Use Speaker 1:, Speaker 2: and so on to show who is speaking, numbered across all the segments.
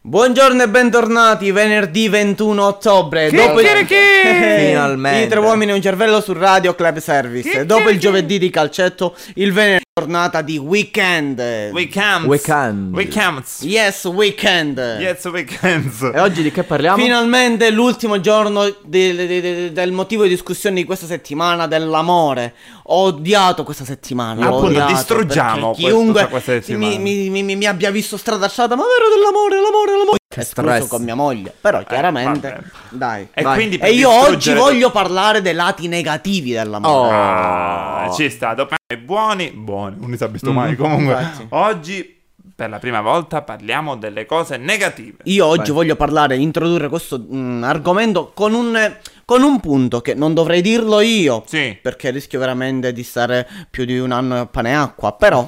Speaker 1: Buongiorno e bentornati venerdì 21 ottobre.
Speaker 2: Che
Speaker 1: dopo
Speaker 2: che- che-
Speaker 3: Finalmente.
Speaker 1: I tre uomini e un cervello sul radio Club Service.
Speaker 2: Che-
Speaker 1: dopo
Speaker 2: che-
Speaker 1: il giovedì di calcetto, il venerdì è tornata di weekend.
Speaker 2: Weekends.
Speaker 3: Weekend.
Speaker 2: Weekends.
Speaker 1: yes, weekend.
Speaker 2: Yes, weekends.
Speaker 3: E oggi di che parliamo?
Speaker 1: Finalmente l'ultimo giorno de- de- de- de- del motivo di discussione di questa settimana dell'amore. Ho odiato questa settimana. ho
Speaker 2: Appunto,
Speaker 1: odiato,
Speaker 2: distruggiamo
Speaker 1: perché
Speaker 2: questo- cioè,
Speaker 1: chiunque
Speaker 2: questa settimana.
Speaker 1: Mi, mi- mi- mi- mi abbia visto stradasciata. Ma vero dell'amore, l'amore, l'amore. Che
Speaker 3: stress.
Speaker 1: con mia moglie. Però chiaramente.
Speaker 2: Eh, vabbè.
Speaker 1: dai.
Speaker 2: E
Speaker 1: vai.
Speaker 2: quindi per
Speaker 1: e io oggi
Speaker 2: distruggere-
Speaker 1: voglio parlare dei lati negativi dell'amore.
Speaker 3: Oh. Mm.
Speaker 2: Ah, ci sta. Dopo buoni, buoni, non si è visto mai. Comunque,
Speaker 1: infatti.
Speaker 2: oggi per la prima volta parliamo delle cose negative.
Speaker 1: Io oggi
Speaker 3: Vai.
Speaker 1: voglio parlare, introdurre questo mm, argomento con un, con un punto che non dovrei dirlo io.
Speaker 2: Sì.
Speaker 1: Perché rischio veramente di stare più di un anno a pane e acqua. Però.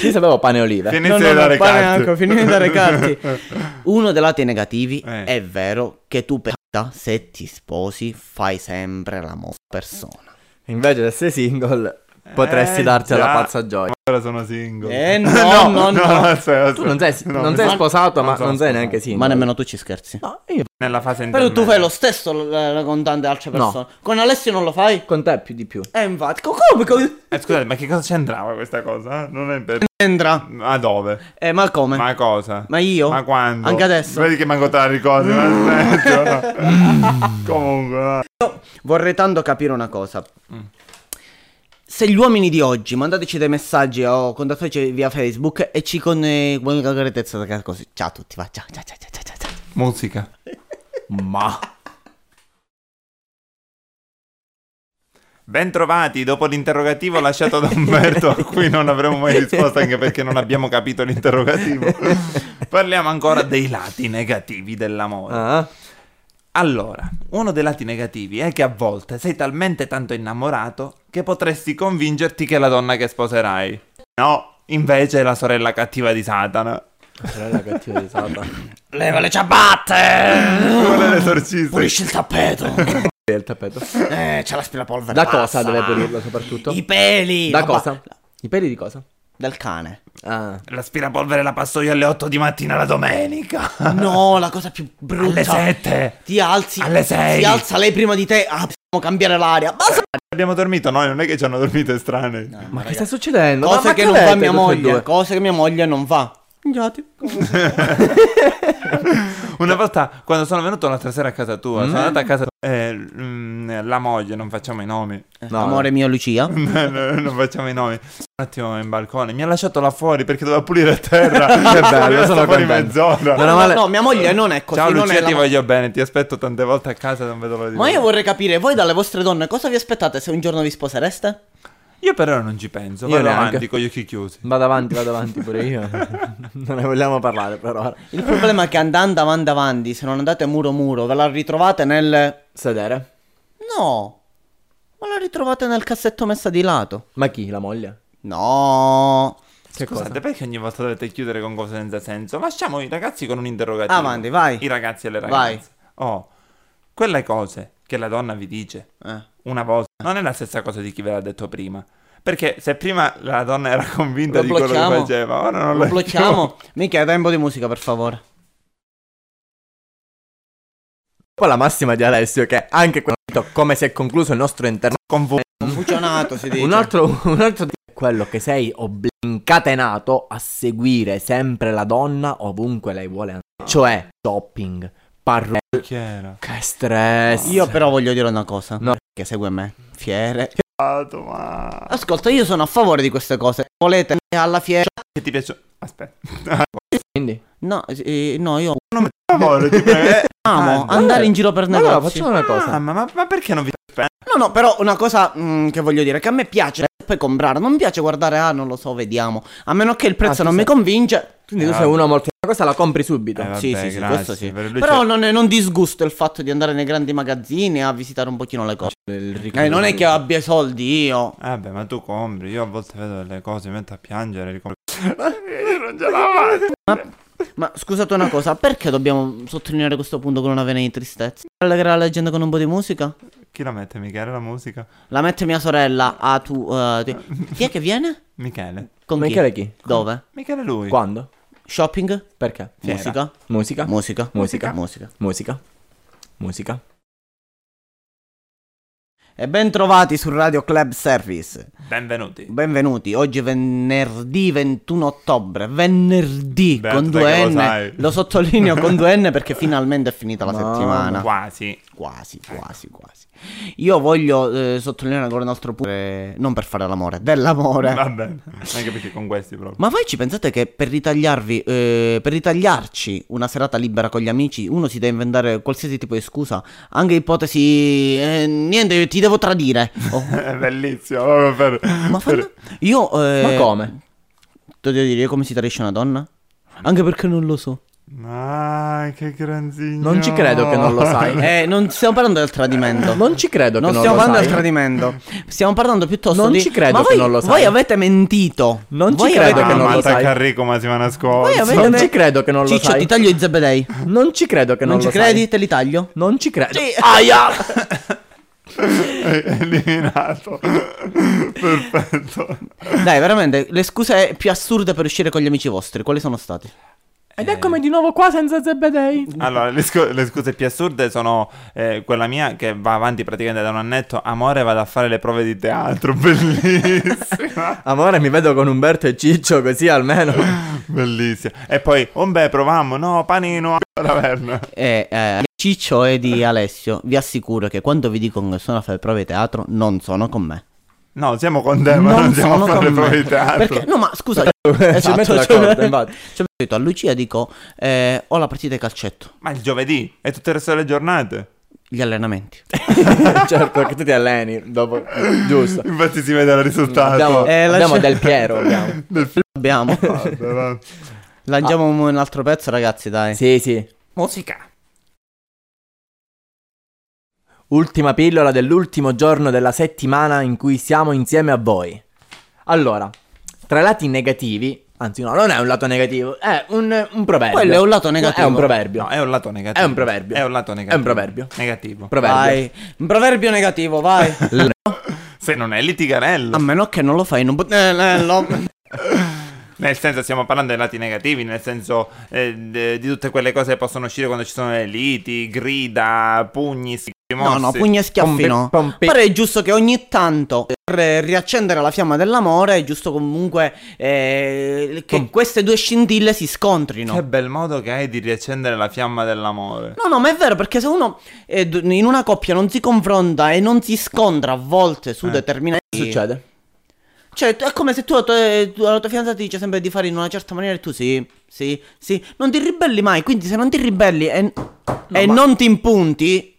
Speaker 3: Io sapevo pane e olive.
Speaker 2: Fine-
Speaker 1: No,
Speaker 2: Inizio
Speaker 1: no,
Speaker 2: a
Speaker 1: no,
Speaker 2: dare
Speaker 1: pane e
Speaker 2: carte.
Speaker 1: acqua, finito di dare carte. Uno dei lati negativi
Speaker 2: Eh.
Speaker 1: è vero che tu per se ti sposi fai sempre la mo persona.
Speaker 3: Invece se sei single potresti
Speaker 2: Eh,
Speaker 3: darti alla
Speaker 2: già.
Speaker 3: pazza gioia.
Speaker 2: Ora sono single.
Speaker 1: Eh, no, no, no.
Speaker 2: aspetta,
Speaker 3: Tu non sei,
Speaker 2: aspetta. No,
Speaker 3: non sei
Speaker 2: ma-
Speaker 3: sposato,
Speaker 2: non
Speaker 3: ma
Speaker 2: sono
Speaker 3: non sei
Speaker 2: sposato.
Speaker 3: neanche single.
Speaker 1: Ma nemmeno tu ci scherzi.
Speaker 3: No, io
Speaker 2: Nella fase
Speaker 1: Però tu fai
Speaker 2: intermedia.
Speaker 1: lo stesso eh, con tante altre
Speaker 3: No.
Speaker 1: persone. Con Alessio non lo fai?
Speaker 3: con te più di più.
Speaker 1: Eh, infatti. co- Come? come-
Speaker 2: Eh, scusate, ma che cosa c'entrava questa cosa? eh? Non è per...
Speaker 1: Entra.
Speaker 2: Ma dove?
Speaker 1: Eh, ma come?
Speaker 2: Ma cosa?
Speaker 1: Ma io?
Speaker 2: Ma quando?
Speaker 1: Anche adesso?
Speaker 2: Vedi che manco te la ricordi, ma aspetta.
Speaker 1: Mm.
Speaker 2: Comunque, va.
Speaker 1: Vorrei tanto capire una cosa.
Speaker 2: Mm.
Speaker 1: Se gli uomini di oggi mandateci dei messaggi o contattateci via Facebook e ci con eh, con concretezza da così. Ciao a tutti, va, ciao, ciao, ciao, ciao, ciao, ciao, ciao.
Speaker 2: musica.
Speaker 3: Ma
Speaker 2: Bentrovati dopo l'interrogativo lasciato da Umberto, a cui non avremo mai risposto anche perché non abbiamo capito l'interrogativo. Parliamo ancora dei lati negativi dell'amore.
Speaker 3: ah,
Speaker 2: Allora, uno dei lati negativi è che a volte sei talmente tanto innamorato che potresti convincerti che è la donna che sposerai. No, invece è la sorella cattiva di Satana.
Speaker 3: sorella cattiva di Satana.
Speaker 1: Leva le ciabatte!
Speaker 2: Quello è l'esorcista.
Speaker 1: Pulisci il tappeto!
Speaker 3: Il tappeto.
Speaker 1: Eh, c'è l'aspirapolvere.
Speaker 3: Da
Speaker 1: passa.
Speaker 3: cosa deve pulirlo soprattutto?
Speaker 1: I peli!
Speaker 3: da
Speaker 1: la ba-
Speaker 3: cosa? I peli di cosa?
Speaker 1: Del cane.
Speaker 3: Ah.
Speaker 2: L'aspirapolvere la passo io alle 8 di mattina la domenica.
Speaker 1: No, la cosa più brutta.
Speaker 2: Alle 7.
Speaker 1: Ti alzi.
Speaker 2: Alle sei.
Speaker 1: Si alza lei prima di te. Ah, possiamo cambiare l'aria. Basta.
Speaker 2: Abbiamo dormito noi, non è che ci hanno dormito estranei.
Speaker 3: Ma che sta succedendo? Ma-
Speaker 1: Cosa
Speaker 3: ma
Speaker 1: che
Speaker 3: che
Speaker 1: non fa
Speaker 3: avete
Speaker 1: mia
Speaker 3: tutte e
Speaker 1: moglie.
Speaker 3: due?
Speaker 1: Cosa che mia moglie non fa.
Speaker 2: Una volta, quando sono venuto l'altra sera a casa tua, sono andato a casa eh, mm, la moglie, non facciamo i nomi.
Speaker 3: No,
Speaker 1: Amore mio Lucia.
Speaker 2: non facciamo i nomi. Un attimo in balcone, mi ha lasciato là fuori perché doveva pulire a terra. che
Speaker 3: bello, sono
Speaker 2: fuori
Speaker 3: contento.
Speaker 2: mezz'ora.
Speaker 3: Non ho- Meno male-
Speaker 1: No, mia moglie non è così.
Speaker 2: Ciao
Speaker 1: non è
Speaker 2: Lucia,
Speaker 1: la
Speaker 2: ti
Speaker 1: mo-
Speaker 2: voglio bene, ti aspetto tante volte a casa, non vedo l'ora di
Speaker 1: Ma io
Speaker 2: venire.
Speaker 1: vorrei capire, voi dalle vostre donne cosa vi aspettate se un giorno vi sposereste?
Speaker 2: Io per ora non ci penso,
Speaker 3: Io
Speaker 2: vado
Speaker 3: neanche.
Speaker 2: avanti con gli occhi chiusi.
Speaker 3: Vado avanti, vado avanti pure io. non ne vogliamo parlare per ora.
Speaker 1: Il problema è che andando avanti avanti, se non andate muro muro, ve la ritrovate nel...
Speaker 3: Sedere.
Speaker 1: No, ma la ritrovate nel cassetto messa di lato.
Speaker 3: Ma chi? La moglie?
Speaker 1: No.
Speaker 3: Che
Speaker 2: Scusate,
Speaker 3: cosa?
Speaker 2: perché ogni volta dovete chiudere con cose senza senso? Lasciamo i ragazzi con un interrogativo.
Speaker 1: Avanti, vai.
Speaker 2: I ragazzi e le
Speaker 1: Vai.
Speaker 2: ragazze. Oh, quelle cose che la donna vi dice
Speaker 1: Eh.
Speaker 2: una volta non è la stessa cosa di chi ve l'ha detto prima. Perché se prima la donna era convinta
Speaker 1: Lo
Speaker 2: di quello che
Speaker 1: blocchiamo?
Speaker 2: faceva, ora non
Speaker 1: Lo
Speaker 2: è più.
Speaker 1: blocchiamo. Mica, tempo di musica, per favore.
Speaker 3: Poi la massima di Alessio che anche quando ho detto come si è concluso il nostro interno
Speaker 2: Con voi.
Speaker 1: Confusionato si dice.
Speaker 3: un altro, un altro di- è quello che sei ob- incatenato a seguire sempre la donna ovunque lei vuole andare. Cioè shopping, parrucche,
Speaker 2: Chi era?
Speaker 3: che stress.
Speaker 1: Io però voglio dire una cosa.
Speaker 3: No.
Speaker 1: Che segue me. Fiere.
Speaker 2: Cazzo, ma-
Speaker 1: Ascolta, io sono a favore di queste cose. Volete andare alla fiera?
Speaker 2: Che ti piace? Aspetta.
Speaker 3: quindi
Speaker 1: No, eh, no, io
Speaker 2: Amore, ti prego. Eh,
Speaker 1: amo
Speaker 2: Ah,
Speaker 1: andare
Speaker 3: eh.
Speaker 1: in giro per negozi.
Speaker 3: allora facciamo una cosa.
Speaker 2: ah, ma, ma- ma perché non vi
Speaker 1: No, no, però una cosa mm, che voglio dire, che a me piace poi comprare, non mi piace guardare, ah, non lo so, vediamo. A meno che il prezzo
Speaker 3: Ah,
Speaker 1: non
Speaker 3: tu
Speaker 1: mi
Speaker 3: sei-
Speaker 1: convince. eh.
Speaker 3: Quindi tu
Speaker 2: Ah.
Speaker 3: sei uno molto una cosa la compri subito.
Speaker 2: Eh, vabbè,
Speaker 1: sì, sì, sì,
Speaker 2: grazie.
Speaker 1: questo sì.
Speaker 2: Per lui
Speaker 1: Però
Speaker 2: c'è-
Speaker 1: non, non disgusto il fatto di andare nei grandi magazzini a visitare un pochino le cose.
Speaker 3: Il
Speaker 1: Eh, non è che abbia i soldi io.
Speaker 2: Eh beh, ma tu compri, io a volte vedo delle cose, mi metto a piangere, li compro. non ce la faccio.
Speaker 1: Ma scusate una cosa, perché dobbiamo sottolineare questo punto con una vena di tristezza? Allegherà la leggenda con un po' di musica?
Speaker 2: Chi la mette, Michele, la musica?
Speaker 1: La mette mia sorella a tu... eh, ti- Chi è che viene?
Speaker 2: Michele.
Speaker 1: Con
Speaker 3: Michele chi?
Speaker 1: Dove?
Speaker 2: Michele lui.
Speaker 3: Quando?
Speaker 1: Shopping?
Speaker 3: Perché?
Speaker 2: Fiera.
Speaker 1: Musica?
Speaker 3: Musica?
Speaker 1: Musica?
Speaker 3: Musica.
Speaker 1: Ah, Musica.
Speaker 3: Musica. Musica.
Speaker 1: E ben trovati su Radio Club Service.
Speaker 2: Benvenuti.
Speaker 1: Benvenuti, oggi è venerdì 21 ottobre, venerdì
Speaker 2: Beh,
Speaker 1: con
Speaker 2: tu dai
Speaker 1: 2
Speaker 2: che lo
Speaker 1: N,
Speaker 2: sai.
Speaker 1: lo, sottolineo con 2 N perché finalmente è finita la
Speaker 3: No,
Speaker 1: settimana.
Speaker 2: Quasi.
Speaker 1: Quasi, quasi, quasi. Io voglio eh, sottolineare ancora un altro punto, eh, non per fare l'amore, dell'amore.
Speaker 2: Va bene. Anche perché con questi proprio.
Speaker 1: Ma voi ci pensate che per ritagliarvi, eh, per ritagliarci una serata libera con gli amici, uno si deve inventare qualsiasi tipo di scusa, anche ipotesi, eh, niente, ti devo tradire. Oh,
Speaker 2: È bellissimo. proprio per-
Speaker 1: ma fanno-
Speaker 2: per-
Speaker 1: Io... eh,
Speaker 3: Ma come?
Speaker 1: Te devo dire io come si tradisce una donna? Anche perché non lo so.
Speaker 2: Ah, che gran signore.
Speaker 3: Non ci credo che non lo sai.
Speaker 1: Eh, non stiamo parlando del tradimento.
Speaker 3: Non ci credo
Speaker 1: Non
Speaker 3: che
Speaker 1: stiamo
Speaker 3: non lo
Speaker 1: parlando
Speaker 3: sai.
Speaker 1: del tradimento. Stiamo parlando piuttosto
Speaker 3: Non
Speaker 1: di.
Speaker 3: ci
Speaker 1: Ma
Speaker 3: credo che
Speaker 1: voi,
Speaker 3: non lo sai.
Speaker 1: Voi avete mentito.
Speaker 3: Non ci
Speaker 1: Voi
Speaker 3: credo
Speaker 1: avete
Speaker 3: che non lo
Speaker 1: mentito.
Speaker 2: Amata
Speaker 3: sai.
Speaker 2: Carrì come settimana
Speaker 1: Voi
Speaker 2: scorsa.
Speaker 1: avete
Speaker 3: Non
Speaker 1: me-
Speaker 3: ci credo che non lo
Speaker 1: Ciccio,
Speaker 3: sai.
Speaker 1: ti taglio i zebedei.
Speaker 3: Non ci credo che non,
Speaker 1: Non, ci
Speaker 3: lo
Speaker 1: credi?
Speaker 3: sai.
Speaker 1: Te li taglio.
Speaker 3: Non ci credo.
Speaker 1: Sì.
Speaker 3: Aia!
Speaker 2: Eliminato. Perfetto.
Speaker 1: Dai, veramente, le scuse più assurde per uscire con gli amici vostri, quali sono state?
Speaker 3: Ed eccomi di nuovo qua senza Zebedei.
Speaker 2: Allora, le, scu- le scuse più assurde sono eh, quella mia che va avanti praticamente da un annetto. Amore, vado a fare le prove di teatro. Bellissima.
Speaker 3: Amore, mi vedo con Umberto e Ciccio così almeno.
Speaker 2: Bellissima. E poi, oh beh, proviamo. No, panino. Taverna.
Speaker 1: Eh, eh, Ciccio e di Alessio, vi assicuro che quando vi dicono che sono a fare prove di teatro, non sono con me.
Speaker 2: No, siamo con te, ma non, siamo a
Speaker 1: sono
Speaker 2: fare le
Speaker 1: con me.
Speaker 2: prove di teatro.
Speaker 1: Perché, no, ma scusa,
Speaker 3: Ah, ecco. Ci metto
Speaker 1: cioè-
Speaker 3: d'accordo, infatti.
Speaker 1: cioè, ho detto a Lucia dico, eh, ho la partita di calcetto,
Speaker 2: Ma il giovedì e tutto il resto delle giornate.
Speaker 1: gli allenamenti.
Speaker 3: certo che tu ti alleni dopo. Giusto.
Speaker 2: Infatti si vede il risultato.
Speaker 3: Abbiamo,
Speaker 1: Eh, la-
Speaker 3: abbiamo del Piero. Abbiamo.
Speaker 2: Del f-
Speaker 1: Abbiamo.
Speaker 3: Ah.
Speaker 2: però.
Speaker 1: Lanciamo un- un altro pezzo, ragazzi, dai.
Speaker 3: Sì, sì.
Speaker 2: Musica.
Speaker 3: Ultima pillola dell'ultimo giorno della settimana in cui siamo insieme a voi. Allora, tra i lati negativi, anzi no, non è un lato negativo, è un, un proverbio.
Speaker 1: Quello è un lato negativo.
Speaker 3: È un proverbio.
Speaker 2: No, è un lato negativo.
Speaker 3: È un proverbio.
Speaker 2: È un lato negativo.
Speaker 3: proverbio.
Speaker 2: Negativo.
Speaker 3: Proverbio.
Speaker 1: Vai. Un proverbio negativo, vai.
Speaker 2: Se non è litigarello.
Speaker 1: a meno che non lo fai, non pot- eh, eh, lo-
Speaker 2: Nel senso, stiamo parlando dei lati negativi, nel senso eh, de- di tutte quelle cose che possono uscire quando ci sono le liti, grida, pugni, schifossi.
Speaker 1: No, no, pugni e schiaffi
Speaker 3: Pompe-
Speaker 1: no.
Speaker 3: pompe-
Speaker 1: Però è giusto che ogni tanto, per eh, riaccendere la fiamma dell'amore, è giusto comunque eh, che
Speaker 3: Pom-
Speaker 1: queste due scintille si scontrino.
Speaker 2: Che bel modo che hai di riaccendere la fiamma dell'amore.
Speaker 1: No, no, ma è vero perché se uno eh, d- in una coppia non si confronta e non si scontra a volte su
Speaker 2: Eh.
Speaker 1: determinati...
Speaker 3: Cosa succede?
Speaker 1: Cioè, tu- è come se tu, alla tua- tu alla tua fidanzata ti dice sempre di fare in una certa maniera e tu sì, sì, sì, non ti ribelli mai, quindi se non ti ribelli e, e
Speaker 3: ma-
Speaker 1: non ti impunti...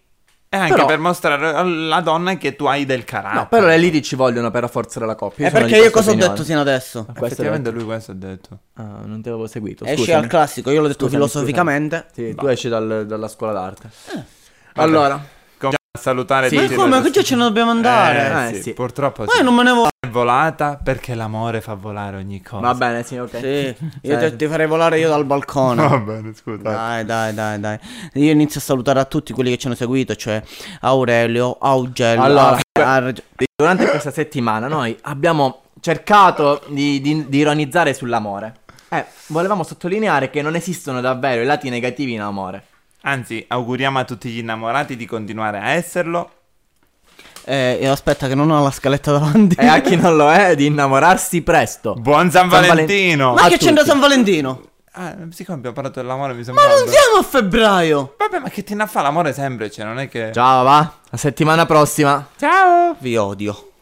Speaker 2: E anche
Speaker 3: Però-
Speaker 2: per mostrare alla donna che tu hai del carattere.
Speaker 3: No, però le liti ci vogliono per rafforzare la coppia.
Speaker 1: è
Speaker 3: sono
Speaker 1: Eh, perché
Speaker 3: di
Speaker 1: io cosa
Speaker 3: questa
Speaker 1: ho
Speaker 3: opinione.
Speaker 1: detto sino adesso?
Speaker 3: Ah, questo è
Speaker 2: Effettivamente lui questo ha detto.
Speaker 3: vero. Ah, non ti avevo seguito.
Speaker 1: Esci
Speaker 3: scusami.
Speaker 1: al classico, io l'ho detto
Speaker 3: Scusami,
Speaker 1: filosoficamente.
Speaker 3: scusami. Sì, tu esci dal- dalla scuola d'arte.
Speaker 2: Vabbè.
Speaker 3: Eh, Allora,
Speaker 2: Com- a salutare
Speaker 3: Sì.
Speaker 1: Ma
Speaker 2: tutti.
Speaker 1: come?
Speaker 2: adesso.
Speaker 1: Che già ce ne dobbiamo andare?
Speaker 2: Eh,
Speaker 3: Eh,
Speaker 2: sì,
Speaker 3: sì.
Speaker 2: purtroppo
Speaker 1: Ma io
Speaker 2: sì.
Speaker 1: non me ne voglio...
Speaker 2: è volata perché l'amore fa volare ogni cosa.
Speaker 3: va bene, sì, ok.
Speaker 1: Sì, io te- ti farei volare io dal balcone.
Speaker 2: Va bene, scusa.
Speaker 1: Dai, dai, dai, dai. Io inizio a salutare a tutti quelli che ci hanno seguito, cioè Aurelio, Augello.
Speaker 3: Allora,
Speaker 1: Ar- Ar-
Speaker 3: Durante questa settimana noi abbiamo cercato di, di- di ironizzare sull'amore. Eh, volevamo sottolineare che non esistono davvero i lati negativi in amore.
Speaker 2: Anzi, auguriamo a tutti gli innamorati di continuare a esserlo.
Speaker 1: eh, eh, aspetta che non ho la scaletta davanti.
Speaker 3: E a chi non lo è, di innamorarsi presto.
Speaker 2: Buon San,
Speaker 3: Valen-
Speaker 2: Valentino!
Speaker 1: Ma
Speaker 3: a
Speaker 1: che c'entra
Speaker 3: tutti.
Speaker 1: San Valentino?
Speaker 2: Ah, siccome abbiamo parlato dell'amore, mi sembra.
Speaker 1: Ma non siamo a febbraio.
Speaker 2: Vabbè, ma che te ne fa l'amore sempre? Cioè, non è che.
Speaker 3: Ciao, va. La settimana prossima.
Speaker 2: Ciao!
Speaker 1: Vi odio.